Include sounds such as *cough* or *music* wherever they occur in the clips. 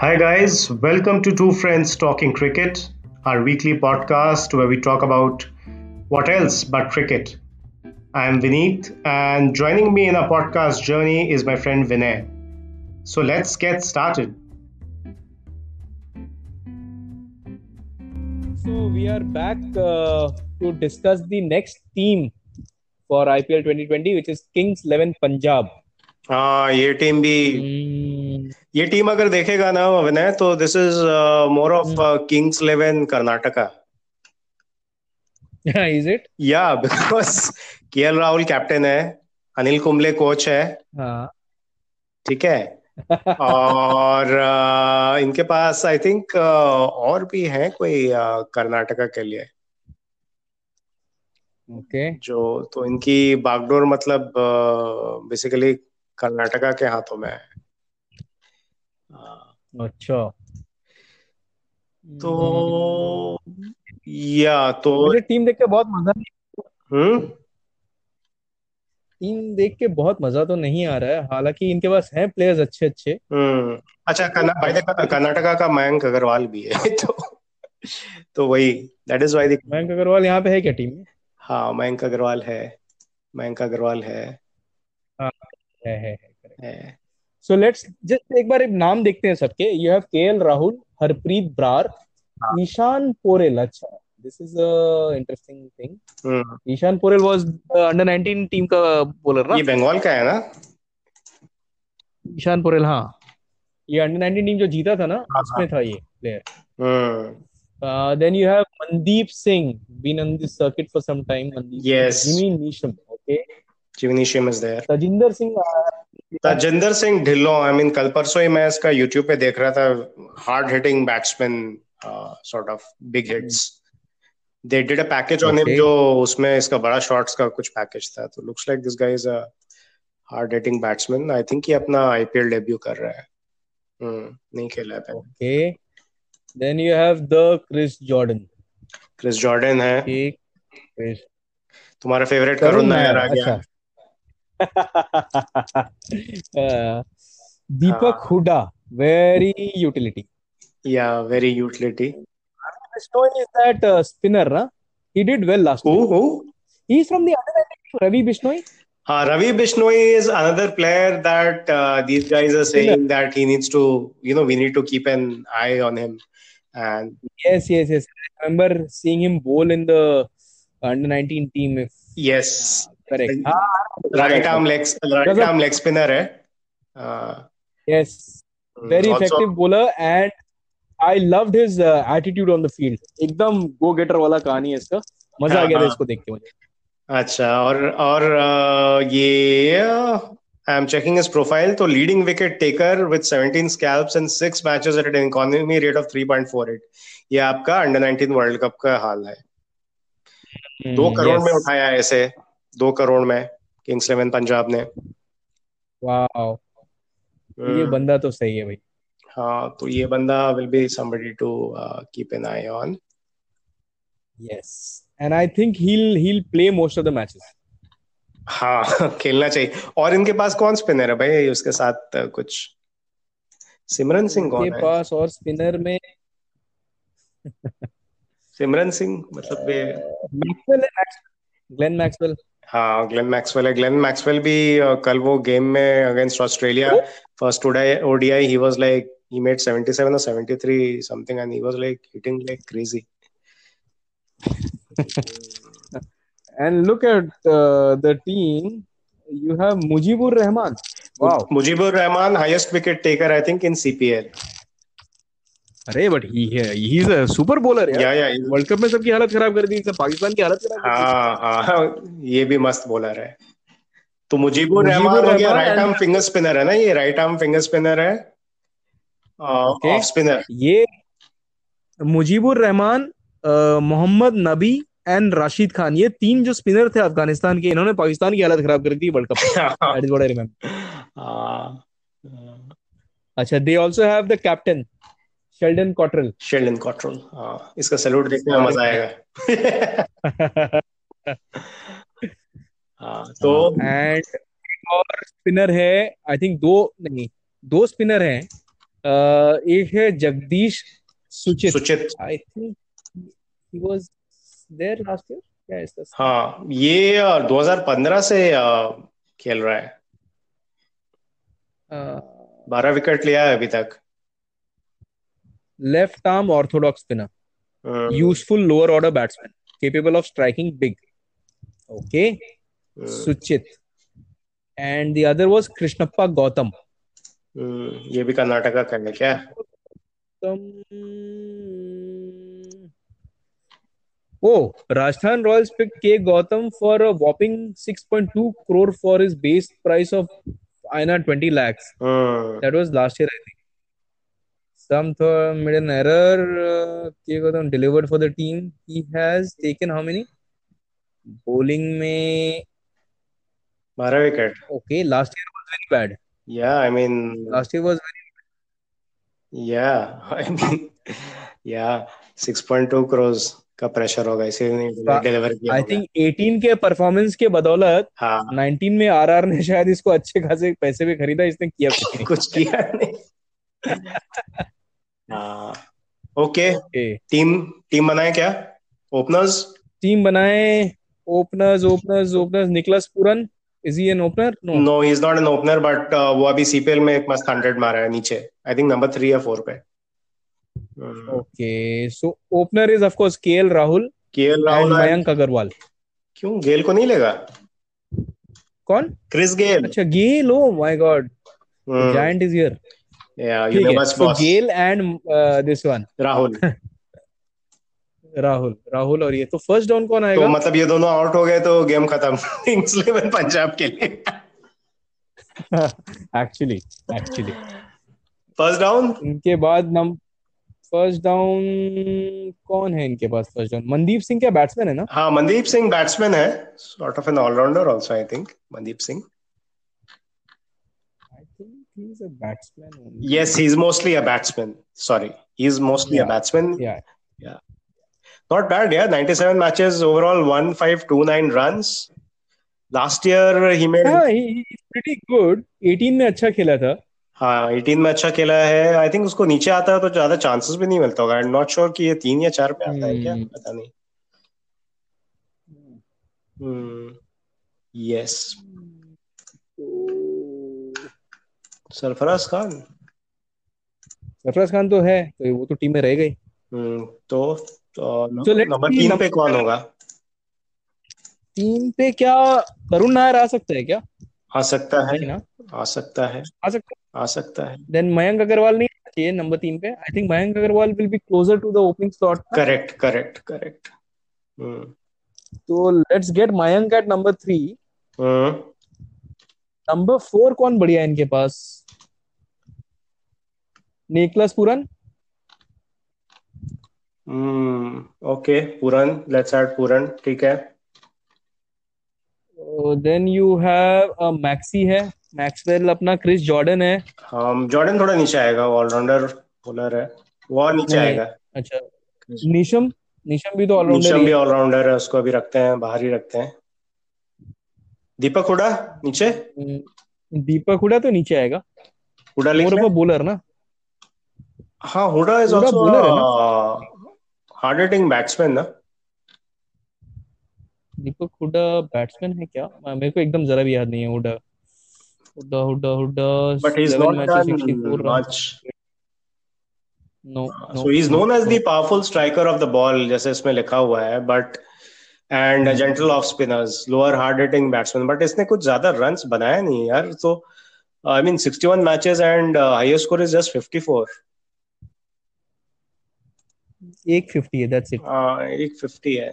Hi, guys. Welcome to Two Friends Talking Cricket, our weekly podcast where we talk about what else but cricket. I am Vineet, and joining me in our podcast journey is my friend Vinay. So let's get started. So we are back uh, to discuss the next team for IPL 2020, which is Kings 11 Punjab. हाँ ये team भी Hmm. ये team अगर देखेगा ना विनय तो this is more of Kings Eleven Karnataka Yeah, is it? या *laughs* because K L Rahul captain है अनिल कुंबले कोच है हाँ. ठीक है और अ, इनके पास आई थिंक और भी है कोई अ, कर्नाटका के लिए Okay. जो तो इनकी बागडोर मतलब बेसिकली कर्नाटका के हाथों में है अ, अच्छा. तो या तो Hmm. मुझे टीम देख के बहुत मजा नहीं हम्म टीम देख के बहुत मजा तो नहीं आ रहा है हालांकि इनके पास हैं प्लेयर्स अच्छे अच्छे हम्म अच्छा कर्ना बाय द कर्नाटका का मयंक अग्रवाल भी है *laughs* तो तो वही that is why the Mayank Agarwal यहाँ पे है क्या टीम में हाँ मयंक अग्रवाल है मयंक अग्रवाल है, है है है है सो लेट्स जस्ट एक बार एक नाम देखते हैं सबके you have KL Rahul Harpreet Brar हाँ. ईशान पोरेल अच्छा this is a interesting thing hmm Ishan Porel was under 19 team का बॉलर ना ये बंगाल का है ना ईशान पोरेल हाँ ये अंडर 19 टीम जो जीता था ना हाँ. उसमें था ये Uh, hmm then you have Mandeep Singh been on this circuit for some time Mandeep Yes. Jimmy Neesham okay जिवनीशियम is there Tajinder Singh Tajinder Singh Dhillon I mean कल परसों ही मैं इसका यूट्यूब पे देख रहा था hard hitting batsman sort of big hits they did a package on him Okay. जो उसमें इसका बड़ा शॉट्स का कुछ पैकेज था तो looks like this guy is a hard hitting batsman I think ये अपना आईपीएल डेब्यू कर रहा है हम्म नहीं खेला है पहले okay then you have the Chris Jordan Chris Jordan है एक क्रिस तुम्हारा फेवरेट करुण करुण नायर आ नायर, गया *laughs* अच्छा अह, Deepak Ah. Hooda very utility या very utility Bishnoi is that uh, spinner ना he did well last who year who he is from the other end Ravi Bishnoi Uh, Ravi Bishnoi is another player that uh, these guys are saying that he needs to, you know, we need to keep an eye on him. And yes yes yes I remember seeing him bowl in the under 19 team if yes, correct Right. Ah, right arm leg, right Because- arm leg spinner. Eh? Uh, yes very also- effective bowler and I loved his uh, attitude on the field एकदम go getter वाला कहानी है इसका मजा आ गया था हाँ। इसको देख के मुझे अच्छा और और uh, ये I am checking his profile तो leading wicket taker with 17 scalps and six matches at an economy rate of 3.48 ये आपका अंडर 19 वर्ल्ड कप का हाल है दो Hmm, करोड़ yes. में उठाया है ऐसे दो करोड़ में किंग्स इलेवन पंजाब ने wow ये बंदा तो सही है भाई हम्म, हाँ तो ये बंदा will be somebody uh, to keep an eye on Yes, and I think he'll he'll play most of the matches. हाँ *laughs* खेलना चाहिए और इनके पास कौन स्पिनर है भाई उसके साथ uh, कुछ सिमरन सिंह के कौन है पास और स्पिनर में सिमरन सिंह मतलब ये मैक्सवेल है मैक्सवेल ग्लेन मैक्सवेल हाँ ग्लेन मैक्सवेल है ग्लेन मैक्सवेल भी uh, कल वो गेम में अगेंस्ट ऑस्ट्रेलिया फर्स्ट ओडीआई ही was like he made 77 or 73 something and he was like hitting like crazy and look at the team you have Mujibur Rahman wow Mujibur Rahman highest wicket taker I think in CPL अरे but he he is a super bowler या या world cup में सबकी हालत खराब कर दी इसने पाकिस्तान की हालत खराब कर दी हाँ हाँ हाँ, ये भी मस्त बॉलर है तो मुजीबुर मुजीबुर रहमान हो गया Rahman right and- arm finger spinner है ना ये राइट आर्म फिंगर स्पिनर है Uh, Okay. ऑफ *laughs* स्पिनर ये मुजीबुर रहमान अ, मोहम्मद नबी एंड राशिद खान ये तीन जो स्पिनर थे अफगानिस्तान के इन्होंने पाकिस्तान की हालत खराब कर दी वर्ल्ड कप हाँ। That is what I remember अच्छा they also have the captain Sheldon Cottrell Sheldon Cottrell हाँ इसका सैल्यूट देखने में मजा आएगा *laughs* हाँ तो एंड और स्पिनर है आई थिंक दो नहीं दो स्पिनर हैं अह, एक है Jagdish Suchith Suchith I think he was there last year क्या है इसका हाँ ये अ, 2015 से अ, खेल रहा है अह, बारह विकेट लिया है अभी तक left arm orthodox spinner hmm, useful lower order batsman capable of striking big okay hmm, Suchit. And the other was Krishnappa Gautam. Hmm, ये भी कर्नाटका का है क्या Gautam- Oh, Rajasthan Royals picked K. Gautam for a whopping 6.2 crore for his base price of INR 20 lakhs. Hmm, That was last year, I think. Some th- made an error. Uh, K. Gautam delivered for the team. He has taken how many? Bowling may बारह wicket okay. Last year was very bad. या I mean Last year was Yeah, I mean, yeah, 6.2 crores का pressure होगा इसीलिए नहीं But deliver किया I होगा। Think 18 के performance के बदौलत हाँ 19 में आरआर ने शायद इसको अच्छे खासे पैसे में खरीदा इसने किया कुछ *laughs* नहीं कुछ किया नहीं हाँ ओके ओके टीम टीम बनाए क्या ओपनर्स टीम बनाए openers openers openers Nicholas Pooran is he an opener no no he is not an opener but uh, वो अभी सीपीएल में एक मस्त हंड्रेड मारा है नीचे आई थिंक नंबर थ्री या फोर पे हाँ, Oh. Okay so opener is of course KL Rahul KL and Rahul आया- मयंक अग्रवाल क्यों गेल को नहीं लेगा कौन क्रिस गेल अच्छा Gayle oh my God Uh, giant is here या ठीक है तो universe so boss Gayle and this one Rahul Rahul Rahul और ये तो फर्स्ट डाउन कौन तो आएगा मतलब ये दोनों आउट हो गए तो गेम खत्म *laughs* किंग्स इलेवन पंजाब के लिए एक्चुअली एक्चुअली फर्स्ट डाउन इनके बाद नम फर्स्ट डाउन कौन है इनके पास फर्स्ट डाउन मनदीप सिंह क्या बैट्समैन है ना हाँ मनदीप सिंह बैट्समैन है sort of an allrounder also I think Mandeep Singh I think he is a batsman yes he is mostly a batsman sorry he is mostly a Yeah. Batsman Yeah. Not bad यार 97 matches overall 1529 runs last year he made हां he is pretty good 18 में अच्छा खेला था हाँ 18 में अच्छा खेला है आई थिंक उसको नीचे आता है तो ज्यादा चांसेस भी नहीं मिलता होगा आई एम नॉट श्योर कि ये तीन या चार पे आता है क्या Hmm. पता नहीं हम्म यस सरफराज खान सरफराज खान तो है तो वो तो टीम में रह गई हम्म, तो तो न- So let's नंबर see तीन number- पे कौन होगा टीम पे क्या करुण नायर आ सकता है क्या आ सकता है नहीं ना आ सकता है आ सकता आ सकता है है देन मयंक अग्रवाल नहीं आना चाहिए नंबर तीन पे I think Mayank Agarwal will be closer to the opening slot correct correct correct hmm तो let's get Mayank at number three hmm, number four कौन बढ़िया है इनके पास Nicholas Pooran hmm okay Pooran let's add Pooran ठीक है then you have Maxi uh, है Maxwell अपना क्रिस जॉर्डन है हम जॉर्डन थोड़ा नीचे आएगा ऑलराउंडर बॉलर है वो और नीचे नहीं, आएगा अच्छा निशम निशम भी तो ऑलराउंडर निशम ही भी है ऑलराउंडर है उसको अभी रखते हैं बाहर ही रखते हैं दीपक हुडा नीचे हम्म, दीपक हुडा तो नीचे आएगा हुडा लिख मोर लें? ऑफ बॉलर ना हाँ Hooda is Hooda also bowler है ना? हार्ड हिटिंग बैट्समैन ना दीपक हुडा बैट्समैन है क्या आ, मेरे को एकदम जरा भी याद नहीं है Hooda Hooda Hooda Hooda but he's 11 not matches done 64 run much. No So he's known as the powerful striker of the ball, जैसे इसमें लिखा हुआ है, but and a gentle off spinners, lower hard hitting batsman. But इसने कुछ ज्यादा runs बनाया नहीं यार. So I mean 61 matches and uh, highest score is just 54. एक 50 है दैट्स इट Uh, एक 50 है.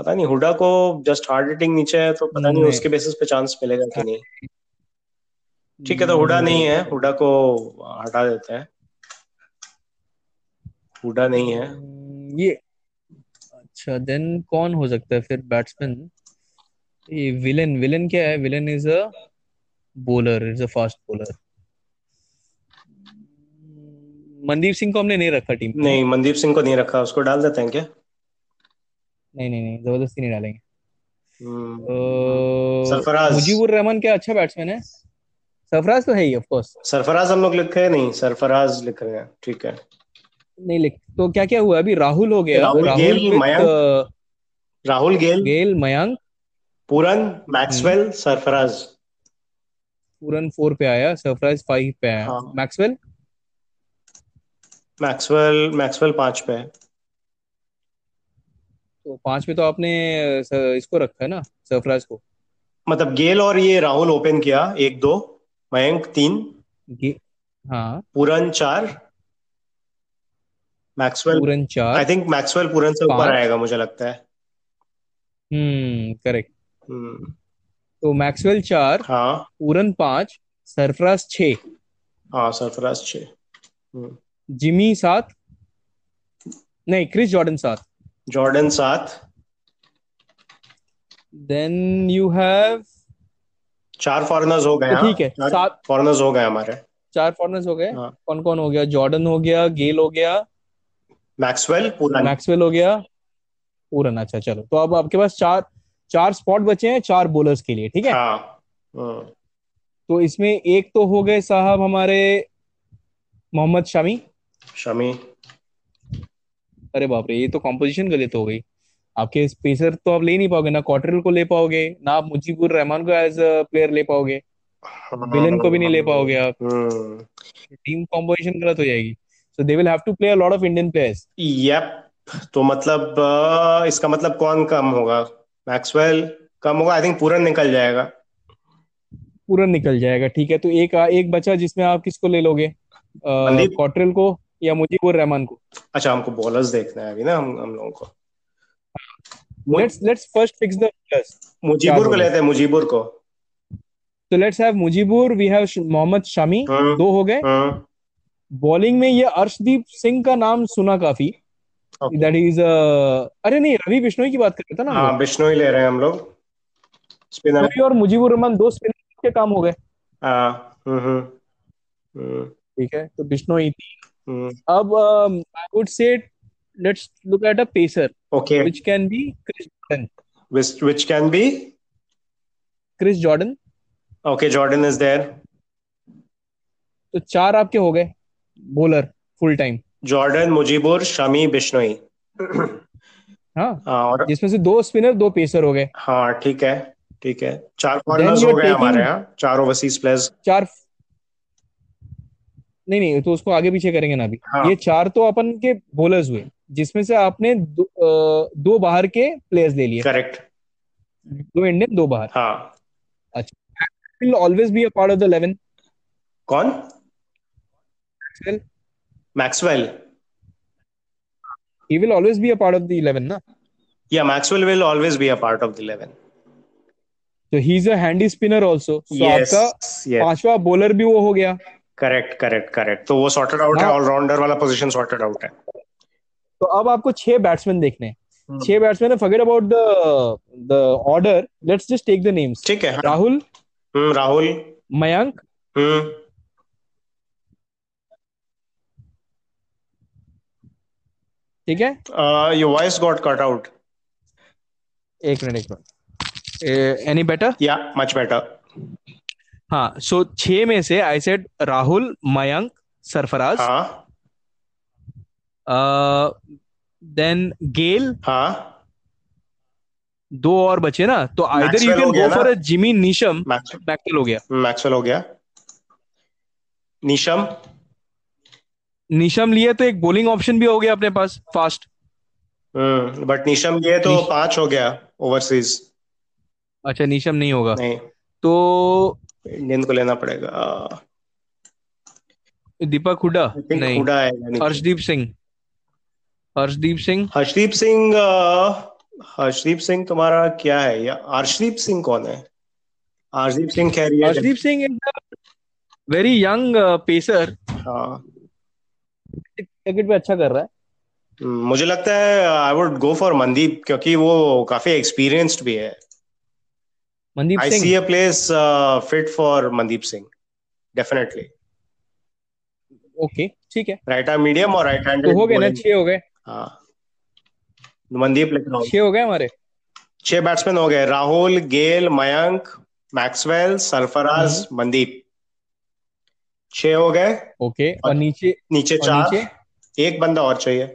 पता नहीं हुडा को जस्ट हार्ड हिटिंग नीचे है तो पता नहीं नहीं। उसके बेसिस पे चांस मिलेगा कि नहीं ठीक है तो हुडा Hmm. नहीं है हुडा को हटा देते हैं हुडा नहीं है हम्म, ये अच्छा देन कौन हो सकता है फिर बैट्समैन ये विलेन विलेन क्या है villain is a bowler is a fast bowler Hmm, Mandeep Singh को हमने नहीं रखा टीम में नहीं मनदीप सिंह को नहीं रखा उसको डाल देते हैं क्या नहीं नहीं नहीं जबरदस्ती नहीं डालेंगे Uh, हम्म, अ, सरफराज मुजीबुर रहमान क्या अच्छा बैट्समैन है सरफराज तो है ही ऑफ कोर्स सरफराज हम लोग लिख रहे हैं नहीं सरफराज लिख रहे हैं ठीक है नहीं लिख तो क्या क्या हुआ अभी राहुल हो गया Rahul Gayle, with, Mayank. A, Rahul Gayle Gayle Mayank Puran Maxwell Sarfaraz Puran four पे आया सरफराज फाइव पे आया हाँ। मैक्सवेल मैक्सवेल मैक्सवेल पांच पे है तो पांच पे तो आपने अ, स- इसको रखा है ना सरफराज को मतलब गेल और ये राहुल ओपन किया एक दो मयंक तीन गे, हाँ पूरन चार मैक्सवेल पूरन आई चार थिंक मैक्सवेल पूरन से ऊपर पांच। आएगा मुझे लगता है हम्म करेक्ट हम्म, तो मैक्सवेल चार हाँ पूरन पांच सरफराज छह हाँ सरफराज छः हम्म, जिमी सात नहीं क्रिस जॉर्डन सात जॉर्डन सात देन यू हैव चार फॉरेनर्स हो गए तो हाँ। ठीक है चार सात फॉरेनर्स हो गए हमारे चार फॉरनर्स हो गए हाँ। कौन कौन हो गया जॉर्डन हो गया गेल हो गया मैक्सवेल पूरन मैक्सवेल हो गया पूरन अच्छा चलो तो अब आपके पास चार चार स्पॉट बचे हैं चार बॉलर्स के लिए ठीक है हाँ हम्म, तो इसमें एक तो हो गए साहब हमारे मोहम्मद शमी शमी अरे बाप रे ये तो कॉम्पोजिशन गलत हो गई आपके स्पेसर तो आप ले नहीं पाओगे ना कॉटरल को ले पाओगे ना आप मुजीबुर रहमान को एज अ प्लेयर ले पाओगे विलन को भी नहीं ले पाओगे आप हाँ। हम्म टीम कॉम्पोजिशन गलत हो जाएगी so they will have to play a lot of Indian players yup तो मतलब अ, इसका मतलब कौन कम होगा मैक्सवेल कम होगा आई थिंक पूरन निकल जाएगा पूरा निकल जाएगा ठीक है तो एक एक बचा जिसमें आप किसको ले लोगे मनदीप? कॉटरल को या मुजीबुर रहमान को अच्छा हमको बॉलर्स देखना है अभी ना हम हम लोगों को मु- let's let's first fix the bowlers Mujeebur को bowlers. लेते हैं मुजीबुर को तो let's have Mujeebur we have Mohammed Shami हम्म, दो हो गए हम्म, बॉलिंग में ये अर्शदीप सिंह का नाम सुना काफी okay. दैट इज अरे नहीं रवि बिश्नोई की बात कर रहे थे ना हम हाँ बिश्नोई ले रहे हैं हम लोग लोग। स्पिनर रवि और मुजीबुर रहमान दो स्पिनर के काम हो गए हाँ हम्म हम्म, हम्म ठीक है तो बिश्नोई थी हम्म, अब I would say let's look at a pacer okay which can be Chris Jordan which which can be Chris Jordan okay Jordan is there तो चार आपके हो गए bowler full time Jordan Mujeebur Shami Bishnoi हाँ हाँ और जिसमें से दो स्पिनर दो पेसर हो गए हाँ ठीक है ठीक है चार फॉरेनर्स हो you're गए taking- हमारे यहाँ चार ओवरसीज प्लेयर्स चार नहीं नहीं तो उसको आगे पीछे करेंगे ना अभी हाँ ये चार तो अपन के बॉलर्स हुए जिसमें से आपने दो, अ, दो बाहर के प्लेयर्स ले लिए करेक्ट दो इंडियन दो बाहर हाँ will always be a part of the 11 कौन Maxwell Maxwell he will always be a part of the 11 ना या Maxwell will always be a part of the eleven तो he is a handy spinner also so yes आपका yes पांचवा bowler भी वो हो गया करेक्ट करेक्ट करेक्ट तो वो सॉर्टेड आउट है हाँ। ऑलराउंडर वाला पोजीशन सॉर्टेड आउट है तो अब आपको छह बैट्समैन देखने हैं हम्म। छह batsman forget about the the order let's just take the names ठीक है हाँ राहुल हम्म, राहुल मयंक हम्म ठीक है your voice got cut out एक मिनट एक मिनट एनी बेटर या मच बेटर हाँ सो छह में से आई सेड राहुल मयंक सरफराज हाँ देन गेल हाँ दो और बचे ना तो आइदर यू Maxwell कैन हो गया गो ना? For a Jimmy Neesham max Maxwell हो गया मैक्सवेल हो गया नीशम नीशम लिए तो एक बॉलिंग ऑप्शन भी हो गया अपने पास फास्ट बट नीशम हम्म, ये तो नीश- पांच हो गया ओवरसीज अच्छा नीशम नहीं होगा नहीं तो इंडियन को लेना पड़ेगा अह, दीपक हुडा I think नहीं हुडा आएगा नहीं। हर्षदीप सिंह हर्षदीप सिंह हर्षदीप सिंह अह, हर्षदीप सिंह तुम्हारा क्या है या हर्षदीप सिंह कौन है हर्षदीप सिंह कह रही है Harshdeep Singh is very young pacer हाँ क्रिकेट पे अच्छा कर रहा है हम्म, मुझे लगता है I would go for Mandeep क्योंकि वो काफी एक्सपीरियंस्ड भी है Mandeep I see Singh a place fit for Mandeep Singh definitely okay ठीक है राइट आर्म मीडियम और राइट हैंडेड तो हो गए ना छह हो गए हाँ मनदीप लिख रहा हूँ छह हो गए हमारे छह हम्म। बैट्समैन हो गए राहुल गेल मयंक मैक्सवेल सरफराज मनदीप छह हो गए ओके और नीचे नीचे और चार नीचे एक बंदा और चाहिए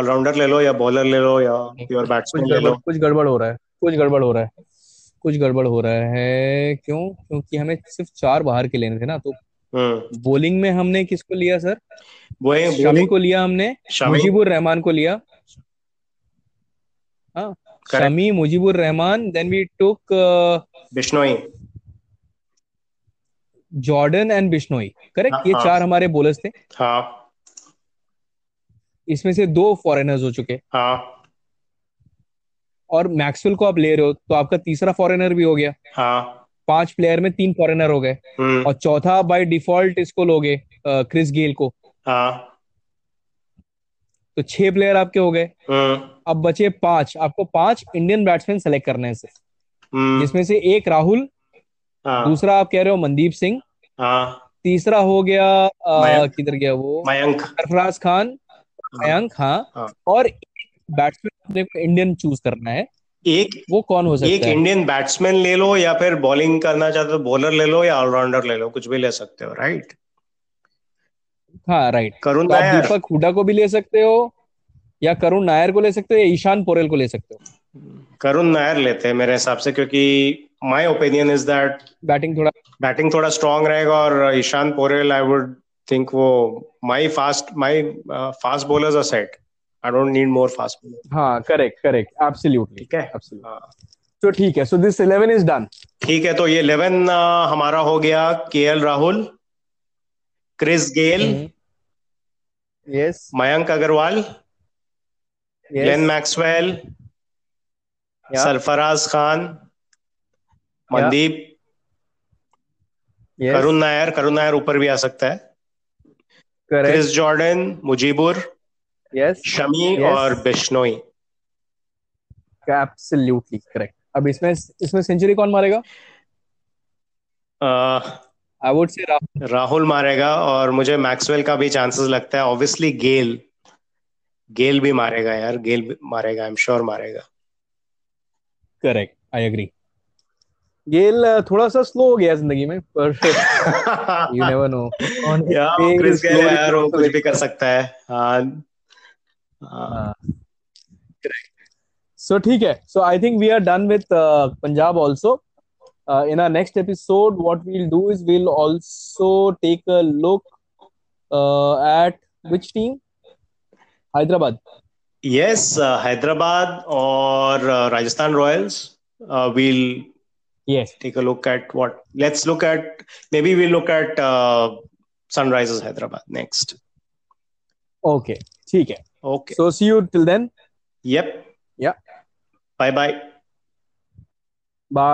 ऑलराउंडर ले लो या बॉलर ले लो या प्योर कुछ बैट्समैन ले गड़बड़ लो कुछ गड़बड़ हो रहा है कुछ गड़बड़ हो रहा है कुछ गड़बड़ हो रहा है क्यों क्योंकि हमें सिर्फ चार बाहर के लेने थे ना तो हम्म बॉलिंग में हमने किसको लिया सर बोलिंग- शमी को लिया हमने शमी मुजीबुर रहमान को लिया हाँ Correct. Shami Mujeebur Rahman then we took Bishnoi Jordan and Bishnoi correct ये हाँ। चार हमारे बॉलर्स थे हाँ इसमें से दो फॉरेनर्स हो चुके हाँ और मैक्सवेल को आप ले रहे हो तो आपका तीसरा फॉरेनर भी हो गया हाँ पांच प्लेयर में तीन फॉरेनर हो गए हम्म और चौथा बाय डिफॉल्ट इसको लोगे क्रिस गेल को हाँ तो छह प्लेयर आपके हो गए हम्म अब बचे पांच आपको पांच इंडियन बैट्समैन सेलेक्ट करने हैं से हम्म जिसमें से एक राहुल हाँ दूसरा आप कह रहे हो मनदीप सिंह हाँ तीसरा हो गया अ, मयंक। किधर गया वो मयंक सरफराज खान मयंक हाँ। हाँ और बैट्समैन अपने को इंडियन चूज करना है एक वो कौन हो एक सकता है इंडियन बैट्समैन ले लो या फिर बॉलिंग करना चाहते हो बॉलर ले लो या ऑलराउंडर ले लो कुछ भी ले सकते हो राइट हाँ राइट करुण तो आप नायर दीपक हुडा को भी ले सकते हो या करुण नायर को ले सकते हो या ईशान पोरेल को ले सकते हो करुण नायर लेते हैं मेरे हिसाब से क्योंकि my opinion is that batting थोड़ा बैटिंग थोड़ा स्ट्रांग रहेगा और Ishan Porel I would think वो my fast my fast bowlers are set I don't need more fast bowler हाँ करेक्ट करेक्ट एब्सोल्युटली ठीक है एब्सोल्युटली हाँ। तो ठीक है सो दिस 11 इज डन ठीक है तो ये 11 uh, हमारा हो गया केएल राहुल क्रिस गेल हम्म। Yes Mayank Agarwal Glenn yes Maxwell Yeah. Sarfaraz Khan Mandeep Karun Nair Karun Nair ऊपर भी आ सकता है Chris Jordan Mujeebur yes Shami Yes. और बिश्नोई एब्सोल्युटली करेक्ट अब इसमें इसमें सेंचुरी कौन मारेगा अह, आई वुड से राहुल राहुल मारेगा और मुझे मैक्सवेल का भी चांसेस लगता है ऑब्वियसली गेल गेल भी मारेगा यार गेल भी मारेगा आई एम श्योर मारेगा करेक्ट आई एग्री गेल अ, थोड़ा सा स्लो हो गया जिंदगी में पर *laughs* यू नेवर नो *laughs* या वो क्रिस गेल है यार वो कुछ भी कर सकता है हाँ हाँ, So ठीक है. So I think we are done with uh, Punjab also. Uh, in our next episode, what we'll do is we'll also take a look uh, at which team? Hyderabad. Yes, uh, Hyderabad or uh, Rajasthan Royals. Uh, we'll Yes. take a look at what. Let's look at maybe we'll look at uh, Sunrisers Hyderabad next. Okay. ठीक है. Okay. So see you till then. Yep. Yeah. Bye bye.